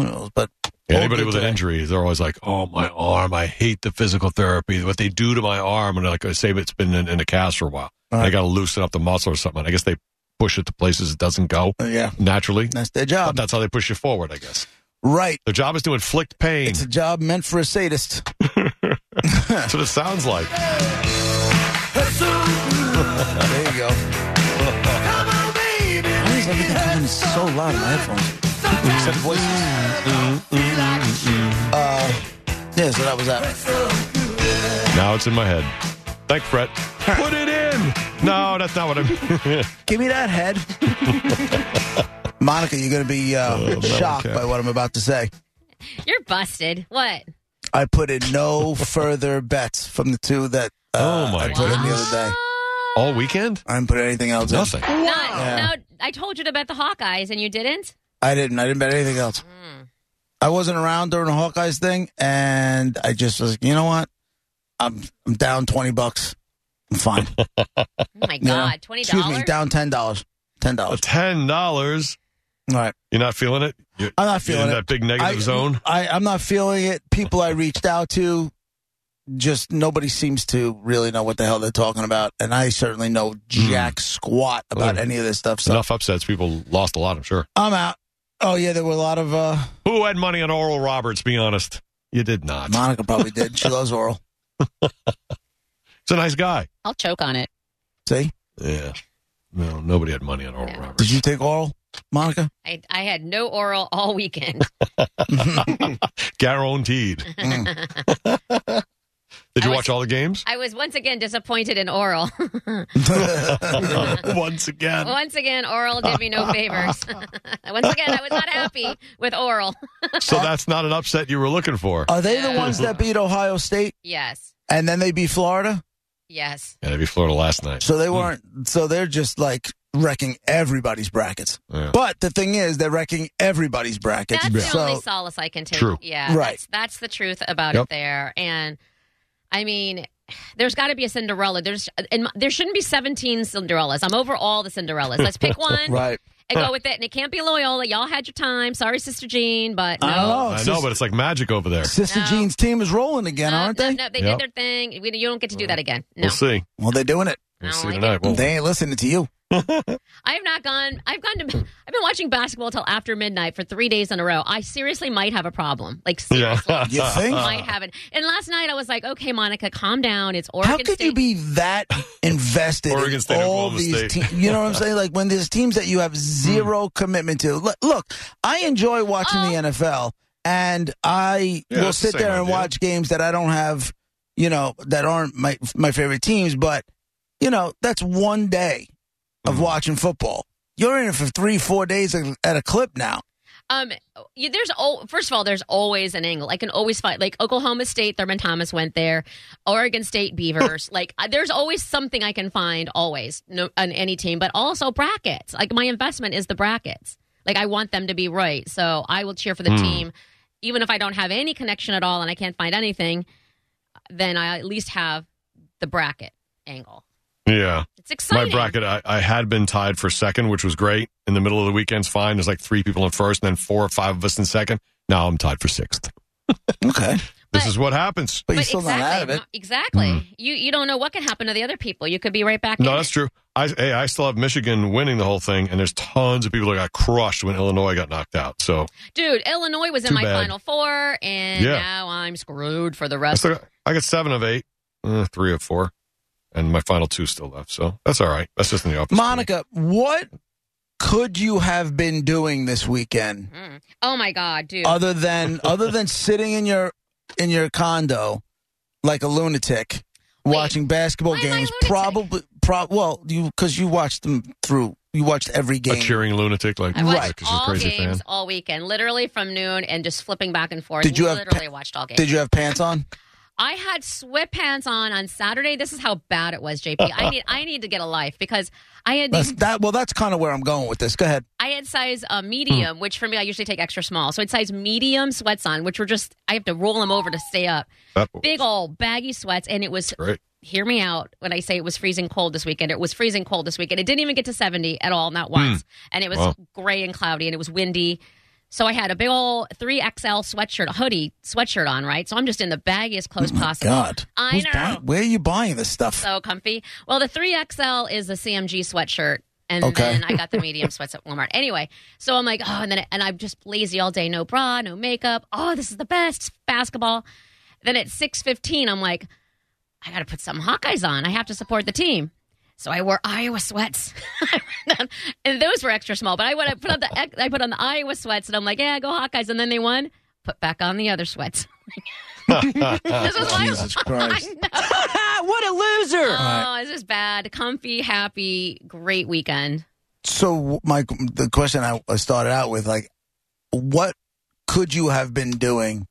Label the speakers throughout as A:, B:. A: but
B: Anybody with an injury, they're always like, "Oh, my arm! I hate the physical therapy. What they do to my arm." And like I say, it's been in, in a cast for a while.
A: Right.
B: I got to loosen up the muscle or something. And I guess they push it to places it doesn't go
A: Uh, yeah,
B: naturally.
A: that's their
B: But
A: job.
B: that's how they push you forward. I guess
A: Right.
B: their job is to inflict pain.
A: It's a job meant for a sadist.
B: that's what it sounds like.
A: There you go. Why is everything coming so loud in my headphones?
B: Said voices.
A: Uh, Yeah, so that was that.
B: Now it's in my head. Thanks, Brett. Put it in. No, that's not what I'm.
A: Give me that head. Monica, you're going to be
B: Oh,
A: uh, shocked
B: cat.
A: by what I'm about to say.
C: You're busted. What?
A: I put in no further bets from the two that uh,
B: Oh, my
A: I put in the
B: goodness.
A: other day.
B: All weekend,
A: I didn't put anything else in.
B: nothing.
C: Not, Ah, No, I told you to bet the Hawkeyes and you didn't.
A: I didn't. I didn't bet anything else. I wasn't around during the Hawkeyes thing, and I just was, you know what? I'm I'm down twenty bucks. I'm fine.
C: Oh my
A: Yeah.
C: God, twenty
A: Excuse me,
C: dollars.
A: down ten dollars. Ten dollars.
B: Ten dollars.
A: All right.
B: You're not feeling it. You're,
A: I'm not
B: you're
A: feeling
B: in
A: it.
B: that big negative
A: I-
B: zone.
A: I, I'm not feeling it. People I reached out to, just nobody seems to really know what the hell they're talking about, and I certainly know jack squat about
B: Well,
A: any of this stuff. So
B: Enough upsets. People lost a lot. I'm sure.
A: I'm out. Oh yeah, there were a lot of uh,
B: Who had money on Oral Roberts? Be honest. You did not.
A: Monica probably did. She loves oral.
B: He's a nice guy.
C: I'll choke on it.
A: See,
B: Yeah. No, nobody had money on Oral
C: Yeah.
B: Roberts.
A: did you take oral, Monica?
C: I, I had no oral all weekend.
B: Guaranteed. Did
C: I
B: you
C: was-
B: watch all the games?
C: I was once again disappointed in oral.
B: Once again.
C: once again, oral did me no favors. once again, I was not happy with oral.
B: So that's not an upset you were looking for.
A: Are they the ones that beat Ohio State
C: Yes,
A: and then they beat Florida?
C: yes.
B: Yeah, they beat Florida last night.
A: So they weren't. So they're just like wrecking everybody's brackets.
B: Yeah.
A: But the thing is, they're wrecking everybody's brackets.
C: That's the
A: so
C: only solace I can take.
B: True.
C: Yeah,
A: Right.
C: That's, that's the truth about
B: Yep.
C: it there. And I mean, there's got to be a Cinderella. There's and there shouldn't be 17 Cinderellas. I'm over all the Cinderellas. Let's pick one
A: right.
C: and go with it. And it can't be Loyola. Y'all had your time. Sorry, Sister Jean, but no.
A: I know.
B: I know, but it's like magic over there.
A: Sister
C: Oh, No.
A: Jean's team is rolling again,
C: No,
A: aren't
C: no,
A: they?
C: Uh, No, they
B: Yep.
C: did their thing. We, you don't get to do that again. No.
B: We'll see.
A: Well, they're doing it.
B: We'll
C: I don't
B: see
C: like it.
B: tonight. Well,
A: They ain't listening to you.
C: I have not gone. I've gone to. I've been watching basketball till after midnight for three days in a row. I seriously might have a problem. Like
B: yeah. Uh.
C: seriously,
A: You think?
C: might have it. And last night I was like, okay, Monica, calm down. It's Oregon
A: How could
C: State.
A: you be that invested
B: Oregon
A: in all
B: State, Oklahoma
A: these
B: State. Hmm.
A: teams? You know what I'm saying? Like when there's teams that you have zero commitment to. Look, look, I enjoy watching
C: Oh.
A: the NFL, and I
B: Yeah,
A: will
B: that's the
A: sit
B: same
A: there and
B: idea.
A: watch games that I don't have, you know, that aren't my my favorite teams. But you know, that's one day of
B: Hmm.
A: watching football. You're in it for three, four days at a clip now.
C: Um, you, there's al- first of all, there's always an angle. I can always find like Oklahoma State. Thurman Thomas went there. Oregon State Beavers. like I- there's always something I can find always no, on any team, but also brackets. Like my investment is the brackets. Like I want them to be right, so I will cheer for the
B: Hmm.
C: team, even if I don't have any connection at all and I can't find anything. Then I at least have the bracket angle.
B: yeah.
C: It's
B: My
C: exciting.
B: bracket, I, I had been tied for second, which was great. In the middle of the weekend's fine. There's like three people in first, and then four or five of us in second. Now I'm tied for sixth.
A: Okay,
B: This
C: But-
B: is what happens.
A: but you're still not out of it.
C: Exactly. You you don't know what can happen to the other people. You could be right back.
B: Hmm. No,
C: in
B: that's
C: it.
B: true. I, hey, I still have Michigan winning the whole thing, and there's tons of people that got crushed when Illinois got knocked out. So
C: Dude, Illinois was in
B: Too
C: my
B: bad.
C: final four, and
B: Yeah.
C: now I'm screwed for the
B: I,
C: rest.
B: still got, I got seven of eight, uh, three of four, and my final two still left. So that's all right. That's just in the office.
A: Monica, what could you have been doing this weekend
C: Mm. Oh my god, dude!
A: other than other than sitting in your in your condo like a lunatic
C: Wait,
A: watching basketball
C: why am I a
A: games?
C: lunatic?
A: Probably, prob well, you because you watched them through. You watched every
B: A
A: game.
B: cheering lunatic like
C: I watched
B: right, 'cause
C: all
B: he's a crazy
C: games
B: fan.
C: all weekend, literally from noon, and just flipping back and forth.
A: Did you have
C: literally watched all games?
A: Did you have pants on?
C: I had sweatpants on on Saturday. This is how bad it was, JP. I need I need to get a life because I had these
A: That's, that well, that's kind of where I'm going with this. Go ahead.
C: I had size
B: Hmm.
C: uh, medium, which for me I usually take extra small. So I had size medium sweats on, which were just I have to roll them over to stay up.
B: That-
C: Big old baggy sweats, and it was
B: Great.
C: hear me out when I say it was freezing cold this weekend. It was freezing cold this weekend. It didn't even get to 70 at all, not once. And it was
B: Hmm. Wow.
C: gray and cloudy and it was windy. So I had a big old 3XL sweatshirt, hoodie sweatshirt on, right? So I'm just in the baggiest
B: Oh
C: clothes possible.
A: God.
C: I
A: Who's
C: know.
A: buying- where are you buying this stuff?
C: So comfy. Well, the 3XL is the CMG sweatshirt. And
A: Okay.
C: then I got the medium sweats at Walmart. Anyway, so I'm like, oh, and then and I'm just lazy all day, no bra, no makeup. Oh, this is the best basketball. Then at 6:15, I'm like, I got to put some Hawkeyes on. I have to support the team. So I wore Iowa sweats, and those were extra small. But I went, I put on the ex- I put on the Iowa sweats, and I'm like, yeah, go Hawkeyes. And then they won. Put back on the other sweats. this was my
A: Jesus Christ.
D: what a loser!
C: Oh, this is bad. Comfy, happy, great weekend.
A: So, my the question I I started out with, like, what could you have been doing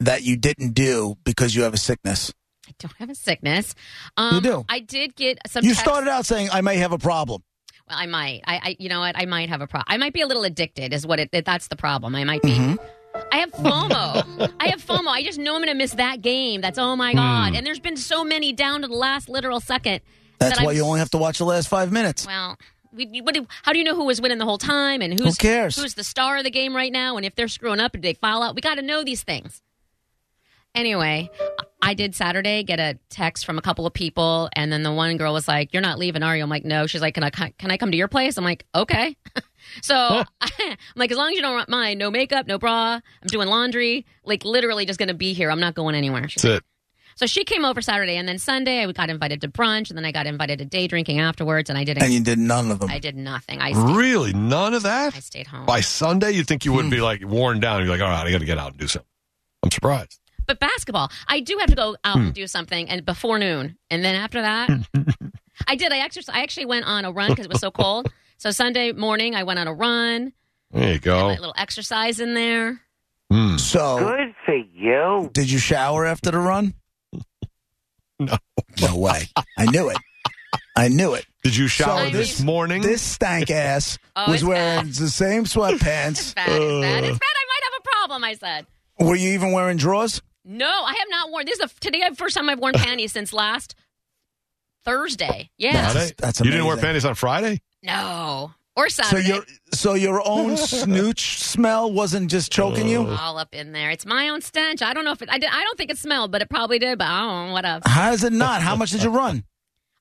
A: that you didn't do because you have a sickness?
C: I don't have a sickness. Um,
A: You do.
C: I did get some.
A: You
C: text-
A: started out saying I may have a problem.
C: Well, I might. I, I. You know what? I might have a problem. I might be a little addicted. Is what it. That's the problem. I might be.
A: Mm-hmm.
C: I have FOMO. I have FOMO. I just know I'm going to miss that game. That's oh
A: Hmm.
C: my god. And there's been so many down to the last literal second.
A: That's
C: that
A: why
C: I'm,
A: you only have to watch the last five minutes.
C: Well, we, you- what do, how do you know who was winning the whole time and who's
A: cares?
C: who's the star of the game right now? And if they're screwing up, did they file out? We got to know these things. Anyway, I did Saturday get a text from a couple of people, and then the one girl was like, "You're not leaving, are you?" I'm like, "No." She's like, "Can I can I come to your place?" I'm like, "Okay." so I'm like, as long as you don't mind, no makeup, no bra. I'm doing laundry, like literally just gonna be here. I'm not going anywhere. She's
B: That's it.
C: so she came over Saturday, and then Sunday I got invited to brunch, and then I got invited to day drinking afterwards, and I didn't.
A: And you did none of them.
C: I did nothing. I stayed,
B: Really? None of
C: I Hmm.
B: that?
C: stayed home.
B: By Sunday, you'd think you would be like worn down. You're like, all right, I got to get out and do something. I'm surprised.
C: But basketball, I do have to go out and do something, and before noon, and then after that, I did. I exercise. I actually went on a run because it was so cold. So Sunday morning, I went on a run.
B: There you
C: Had
B: go.
C: my little exercise in there.
B: Hmm.
A: so,
D: Good for you.
A: did you shower after the run?
B: No.
A: No way. I knew it. I knew it.
B: Did you shower
A: So
B: this,
A: this-
B: morning?
A: This stank ass
C: Oh,
A: was
C: it's
A: wearing
C: bad.
A: the same
C: It's
A: sweatpants.
C: bad. It's bad. It's bad. I might have a problem. I said.
A: Were you even wearing drawers?
C: No, I have not worn. This is the today first time I've worn panties since last Thursday. Yeah.
B: Friday?
A: That's
B: you didn't wear
A: amazing.
B: panties on Friday?
C: No. Or
A: So
C: Saturday.
A: your so your own snooch smell wasn't just choking you.
C: all up in there. It's my own stench. I don't know if it. I, did, I don't think it smelled, but it probably did. But I don't know what up.
A: How is it not? How much did you run?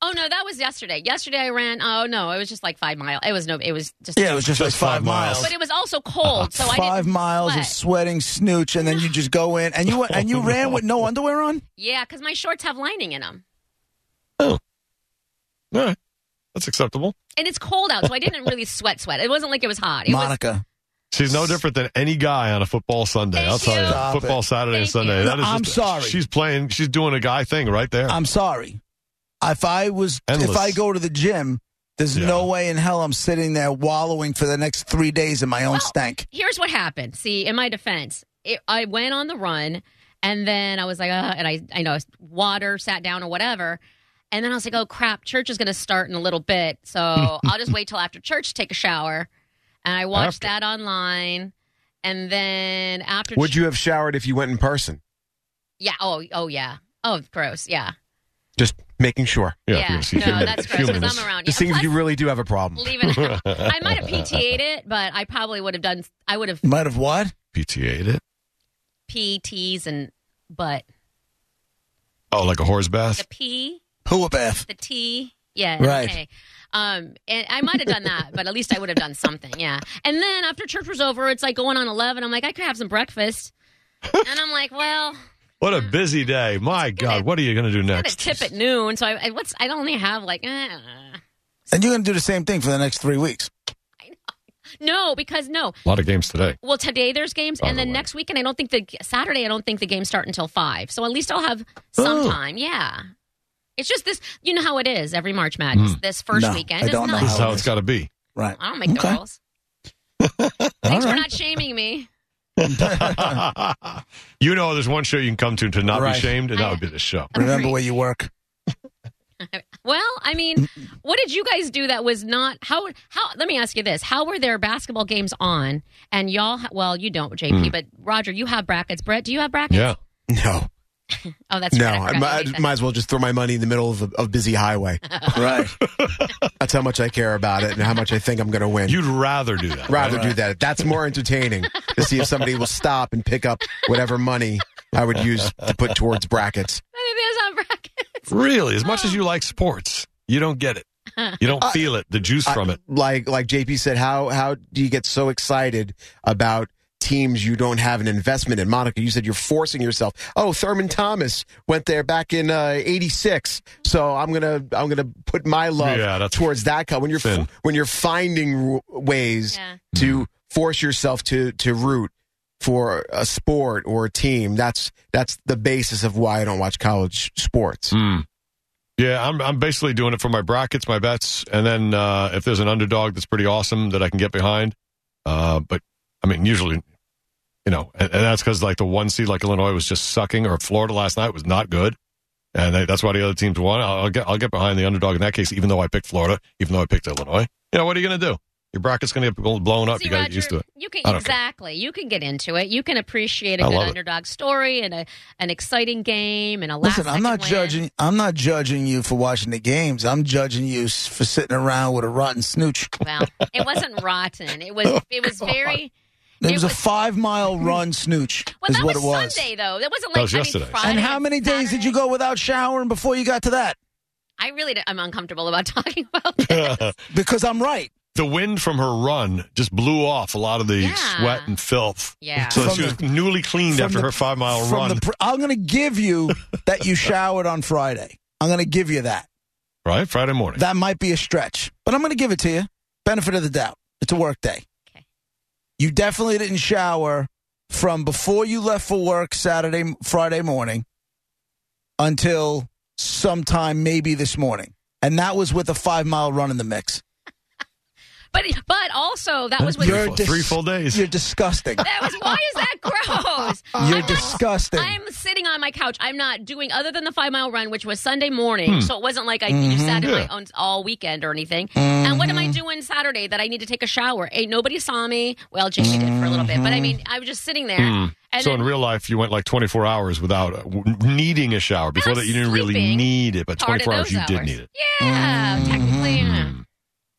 C: Oh no, that was yesterday. Yesterday I ran. Oh no, it was just like five mile. It was no. It was just.
A: Yeah, it was just, like
B: Just
A: five,
B: five
A: miles.
B: miles.
C: But it was also cold, so I
A: five
C: didn't
A: miles of
C: sweat.
A: sweating snooch, and then you just go in and you went- and you ran with no underwear on.
C: Yeah, because my shorts have lining in them,
B: All right. That's acceptable.
C: and it's cold out, so I didn't really sweat. Sweat. It wasn't like it was hot. It was.
A: Monica,
B: She's no different than any guy on a football Sunday.
C: Thank
B: I'll tell you.
C: you.
A: Stop
B: football
A: it.
B: Saturday and
C: Thank
B: Sunday.
C: you.
B: That is
A: I'm
B: just-
A: sorry. Um,
B: She's playing, she's doing a guy thing right there.
A: I'm sorry. If I was
B: Endless.
A: if I go to the gym, there's
B: Yeah.
A: no way in hell I'm sitting there wallowing for the next three days in my own
C: Well,
A: stank.
C: Here's what happened. See, in my defense, it, I went on the run, and then I was like, uh, and I, I know, water, sat down or whatever, and then I was like, oh crap, church is going to start in a little bit, so I'll just wait till after church, take a shower, and I watched that online, and then after,
E: Would you have showered if you went in person?
C: Yeah. Oh. Oh. Yeah. Oh, gross. Yeah.
E: Just making sure.
B: yeah, you're gonna see
C: no,
B: human-
C: that's gross. Because
B: humanness.
C: I'm around.
E: Just
C: yeah.
E: seeing if you really do have a problem.
C: leaving. I might have PTA'd it, but I probably would have done. I would have
A: Might have what?
B: PTA'd it.
C: PTs and but
B: Oh, like a horse
C: the
B: bath?
C: P,
A: Who a bath?
C: the T. Yeah.
A: Right.
C: okay. Um, and I might have done that, but at least I would have done something. Yeah. And then after church was over, it's like going on eleven. I'm like, I could have some breakfast, and I'm like, well,
B: What a
C: Mm-hmm.
B: busy day. My God. What are you going to do
C: I got a
B: next?
C: tip at noon, so I, I what's I only have like. Eh.
A: And you're gonna do the same thing for the next three weeks.
C: No, because no,
B: A lot of games today.
C: Well, today there's games,
B: By
C: and
B: the
C: then
B: way.
C: next weekend I don't think the Saturday I don't think the games start until five. So at least I'll have some
B: Oh.
C: time. Yeah, it's just this. You know how it is every March
B: Hmm.
C: Madness. This first
A: No,
C: weekend
A: I
C: is
A: don't know
C: nuts.
B: This is
A: How
B: how
A: it
B: it's
A: is.
B: got to be.
A: Right.
C: I don't make
A: Okay.
C: the rules. Thanks
A: All
C: for
A: right.
C: not shaming me.
B: you know, there's one show you can come to to not
A: Right.
B: be shamed, and
C: I-
B: that would be this show.
A: Remember
C: Agreed.
A: where you work.
C: Well, I mean, what did you guys do that was not how? How? Let me ask you this: How were their basketball games on? And y'all, ha- well, you don't, JP, but Roger, you have brackets. Brett, do you have brackets?
B: Hmm. Yeah.
E: No.
C: Oh, that's
E: No,
C: right. I
E: I,
C: forgot you
E: might,
C: make that.
E: might as well just throw my money in the middle of a of busy highway.
A: Right.
E: That's how much I care about it and how much I think I'm going to win.
B: You'd rather do that.
E: rather do that. That's more entertaining to see if somebody will stop and pick up whatever money I would use to put towards brackets.
C: I think that's on brackets.
B: Really, as much as you like sports, you don't get it. You
A: Uh,
B: don't feel it, the juice
E: I-
B: from it.
E: Like like JP said, how how do you get so excited about teams you don't have an investment in? Monica, you said you're forcing yourself. Oh, Thurman Thomas went there back in uh, '86, so I'm gonna I'm gonna put my love
B: Yeah, that's-
E: towards that. co- When you're
B: Finn.
E: when you're finding w- ways
C: Yeah.
E: to force yourself to to root for a sport or a team. That's that's the basis of why I don't watch college sports.
C: Hmm.
B: Mm. Yeah, I'm I'm basically doing it for my brackets, my bets, and then uh, if there's an underdog that's pretty awesome that I can get behind. Uh, but I mean, usually, you know, and, and that's because like the one seed, like Illinois, was just sucking, or Florida last night was not good, and they, that's why the other teams won. I'll, I'll get I'll get behind the underdog in that case, even though I picked Florida, even though I picked Illinois. You know, what are you going to do? Your bracket's going to get blown up.
C: See,
B: you got to
C: Roger,
B: get used to it.
C: You can
B: I don't care.
C: exactly. You can get into it. You can appreciate a
B: I
C: good
B: love it.
C: underdog story and a an exciting game and a last
A: Listen, I'm not
C: second win.
A: judging. I'm not judging you for watching the games. I'm judging you s- for sitting around with a rotten snooch.
C: Well, it wasn't rotten. It was it
A: Oh,
C: was very
A: It,
C: It
A: was, a
C: was-
A: five mile run snooch.
C: well.
A: is
C: That
A: what
C: was,
A: it was.
C: Sunday though. That wasn't like
B: That was
C: I mean,
B: yesterday.
C: Friday
A: And how many days did
C: Saturday.
A: you go without showering before you got to that?
C: I really don't- I'm uncomfortable about talking about this.
A: Because I'm right.
B: the wind from her run just blew off a lot of the
C: Yeah.
B: sweat and filth.
C: Yeah.
B: So
A: From
B: she was
A: the-
B: newly cleaned
A: from
B: after
A: the-
B: her five mile
A: from
B: Oh, run.
A: the pr- I'm going to give you that you showered on Friday. I'm going to give you that.
B: right? Friday morning.
A: That might be a stretch, but I'm going to give it to you. Benefit of the doubt. It's a work day.
C: Okay.
A: You definitely didn't shower from before you left for work Saturday, Friday morning until sometime maybe this morning. And that was with a five mile run in the mix.
C: But but also that was
B: Three
C: with
A: You're
B: full-
A: dis-
B: three full days.
A: You're disgusting.
C: that was why is that gross?
A: You're disgusting.
C: I'm sitting on my couch. I'm not doing other than the five mile run, which was Sunday morning. So it wasn't like I you sat
B: Hmm. Mm-hmm.
C: in
B: Yeah. Mm-hmm.
C: my own all weekend or anything. And what am I doing Saturday that I need to take a shower? Hey, nobody saw me. Well, Jamie did for a little bit, but I mean, I was just sitting there. And
B: Mm-hmm. Hmm. so
C: then
B: in real life, you went like 24 hours without uh, w- needing a shower. Before
C: was
B: that, you didn't really
C: sleeping
B: need it, but
C: part of
B: 24 hours
C: those
B: you did need it. Mm-hmm.
C: Yeah, technically. yeah.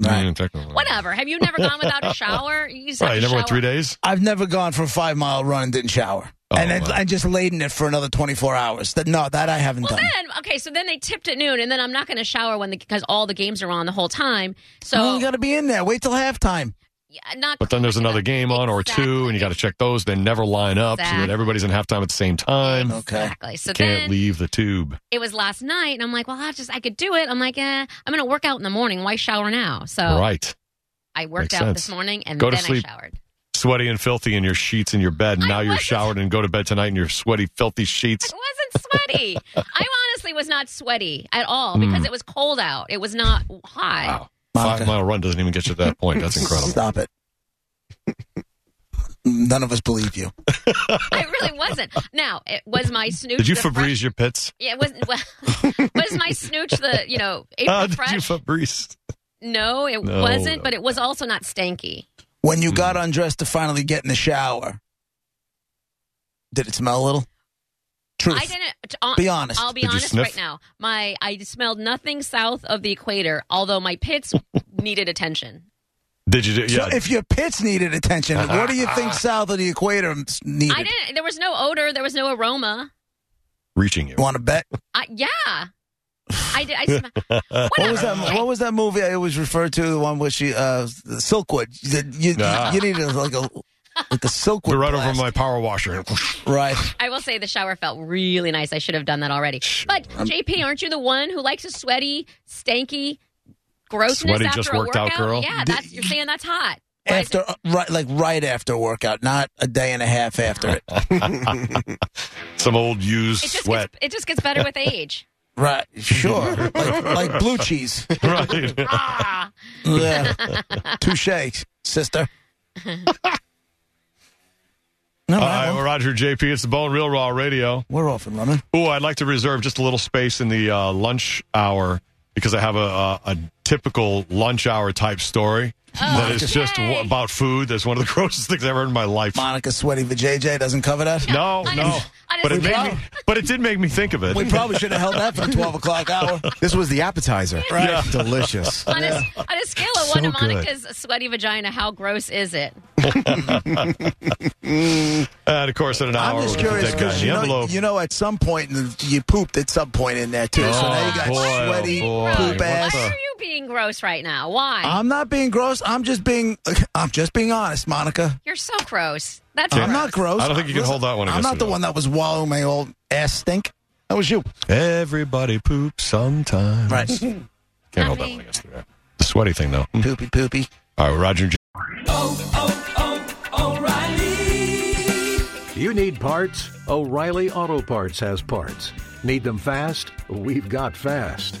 A: Right.
B: Mm, technically.
C: Whatever. Have you never gone without a shower? You said
B: Right, you
C: you
B: never went
C: shower-
B: three days.
A: I've never gone for a five mile run and didn't shower.
B: Oh,
A: and,
B: wow.
A: I, and just laid in it for another 24 hours. That No, that I haven't
C: Well,
A: done.
C: then okay, so then they tipped at noon, and then I'm not going to shower when the because all the games are on the whole time. So
A: No, you got to be in there. Wait till halftime.
C: yeah, not.
B: But then there's another game on or two, and you got to check those. They never line up so that
C: Exactly.
B: everybody's in halftime at the same time.
A: Okay.
C: Exactly. So
B: Can't
C: then
B: leave the tube.
C: it was last night, and I'm like, well, I just I could do it. I'm like, eh, I'm going to work out in the morning. Why shower now? So
B: Right.
C: I worked
B: Makes
C: out
B: sense.
C: this morning, and
B: Go to
C: then
B: sleep.
C: I showered.
B: Sweaty and filthy in your sheets in your bed. And
C: I
B: now you're
C: wasn't-
B: showered and go to bed tonight in your sweaty, filthy sheets.
C: It wasn't sweaty. I honestly was not sweaty at all because it was cold out. It was not hot.
B: Mm. Wow.
A: Monica.
B: Five mile run doesn't even get you to that point. That's incredible.
A: Stop it. None of us believe you.
C: I really wasn't. Now it was my snooch.
B: Did you
C: the fresh-
B: Febreze your pits?
C: Yeah, it wasn't. Well, was my snooch the you know April
B: Uh, did you
C: fresh?
B: Febreze?
C: no, it
B: No,
C: wasn't.
B: no.
C: But it was also not stanky.
A: When you
B: Hmm.
A: got undressed to finally get in the shower, did it smell a little? Truth.
C: I didn't. t- uh,
A: Be honest.
C: I'll be
B: Did you
C: honest
B: sniff?
C: right now. My I smelled nothing south of the equator, although my pits needed attention.
B: Did you? Do, yeah.
A: So if your pits needed attention, what do you think south of the equator needed?
C: I didn't. There was no odor. There was no aroma.
B: reaching you.
A: You want to bet?
C: I, yeah. I did. I sm-
A: What was that? What was that movie I always referred to? The one where she, uh, Silkwood. You, did- you,
B: Ah.
A: you needed like a like the Silkwood.
B: We're right over
A: blast.
B: my power washer. Whoosh.
A: Right.
C: I will say the shower felt really nice. I should have done that already. But JP, aren't you the one who likes a sweaty, stanky, grossness
B: Sweaty
C: after
B: just
C: a
B: worked out
C: workout?
B: girl?
C: Yeah, that's you're saying that's hot. Why is it-
A: After uh, right, like right after a workout, not a day and a half after it.
B: Some old used
C: it just
B: sweat.
C: Gets, it just gets better with age.
A: Right. Sure. like, like blue cheese.
B: right.
C: Ah,
A: Yeah. Touche, sister. no,
B: All right,
A: we're,
B: well, Roger JP. It's the Bone Real Raw Radio.
A: we're off and running.
B: Oh, I'd like to reserve just a little space in the uh, lunch hour because I have a, a, a typical lunch hour type story
C: Oh,
B: that is just
C: yay.
B: w- about food. That's one of the grossest things I've ever heard in my life.
A: Monica sweaty for JJ doesn't cover that.
B: No,
C: I
B: no,
C: just- I
B: but it
C: just-
B: made me. But it did make me think of it.
A: We probably should have held that for the twelve o'clock hour.
E: This was the appetizer.
A: Right.
E: Delicious.
C: On, a, on a scale of
B: So
C: one to
B: good.
C: Monica's sweaty vagina, how gross is it?
B: and of course, in an hour,
A: I'm just
B: we're gonna
A: curious
B: take that
A: because
B: in
A: you
B: the
A: know,
B: envelope.
A: you know, at some point in the- you pooped at some point in there too. so
B: Oh,
A: now you got
B: boy, oh,
A: sweaty
B: boy.
A: poop
B: What
A: ass. Uh-huh.
B: the-
C: Why are you being gross right now? Why?
A: I'm not being gross. I'm just being. I'm just being honest, Monica.
C: You're so gross. That's
A: I'm not gross.
B: I don't think you can
A: Listen,
B: hold that one
A: I'm
B: against
A: not
B: it,
A: the
B: though.
A: one that was wallowing my old ass stink. That was you,
B: Everybody poops sometime.
A: right?
B: Can't
C: I
B: hold that
C: mean-
B: one against it, yeah. The sweaty thing, though.
A: poopy, poopy.
B: All right, Roger. and J-
F: Oh,
G: You need parts? O'Reilly Auto Parts has parts. Need them fast? We've got fast.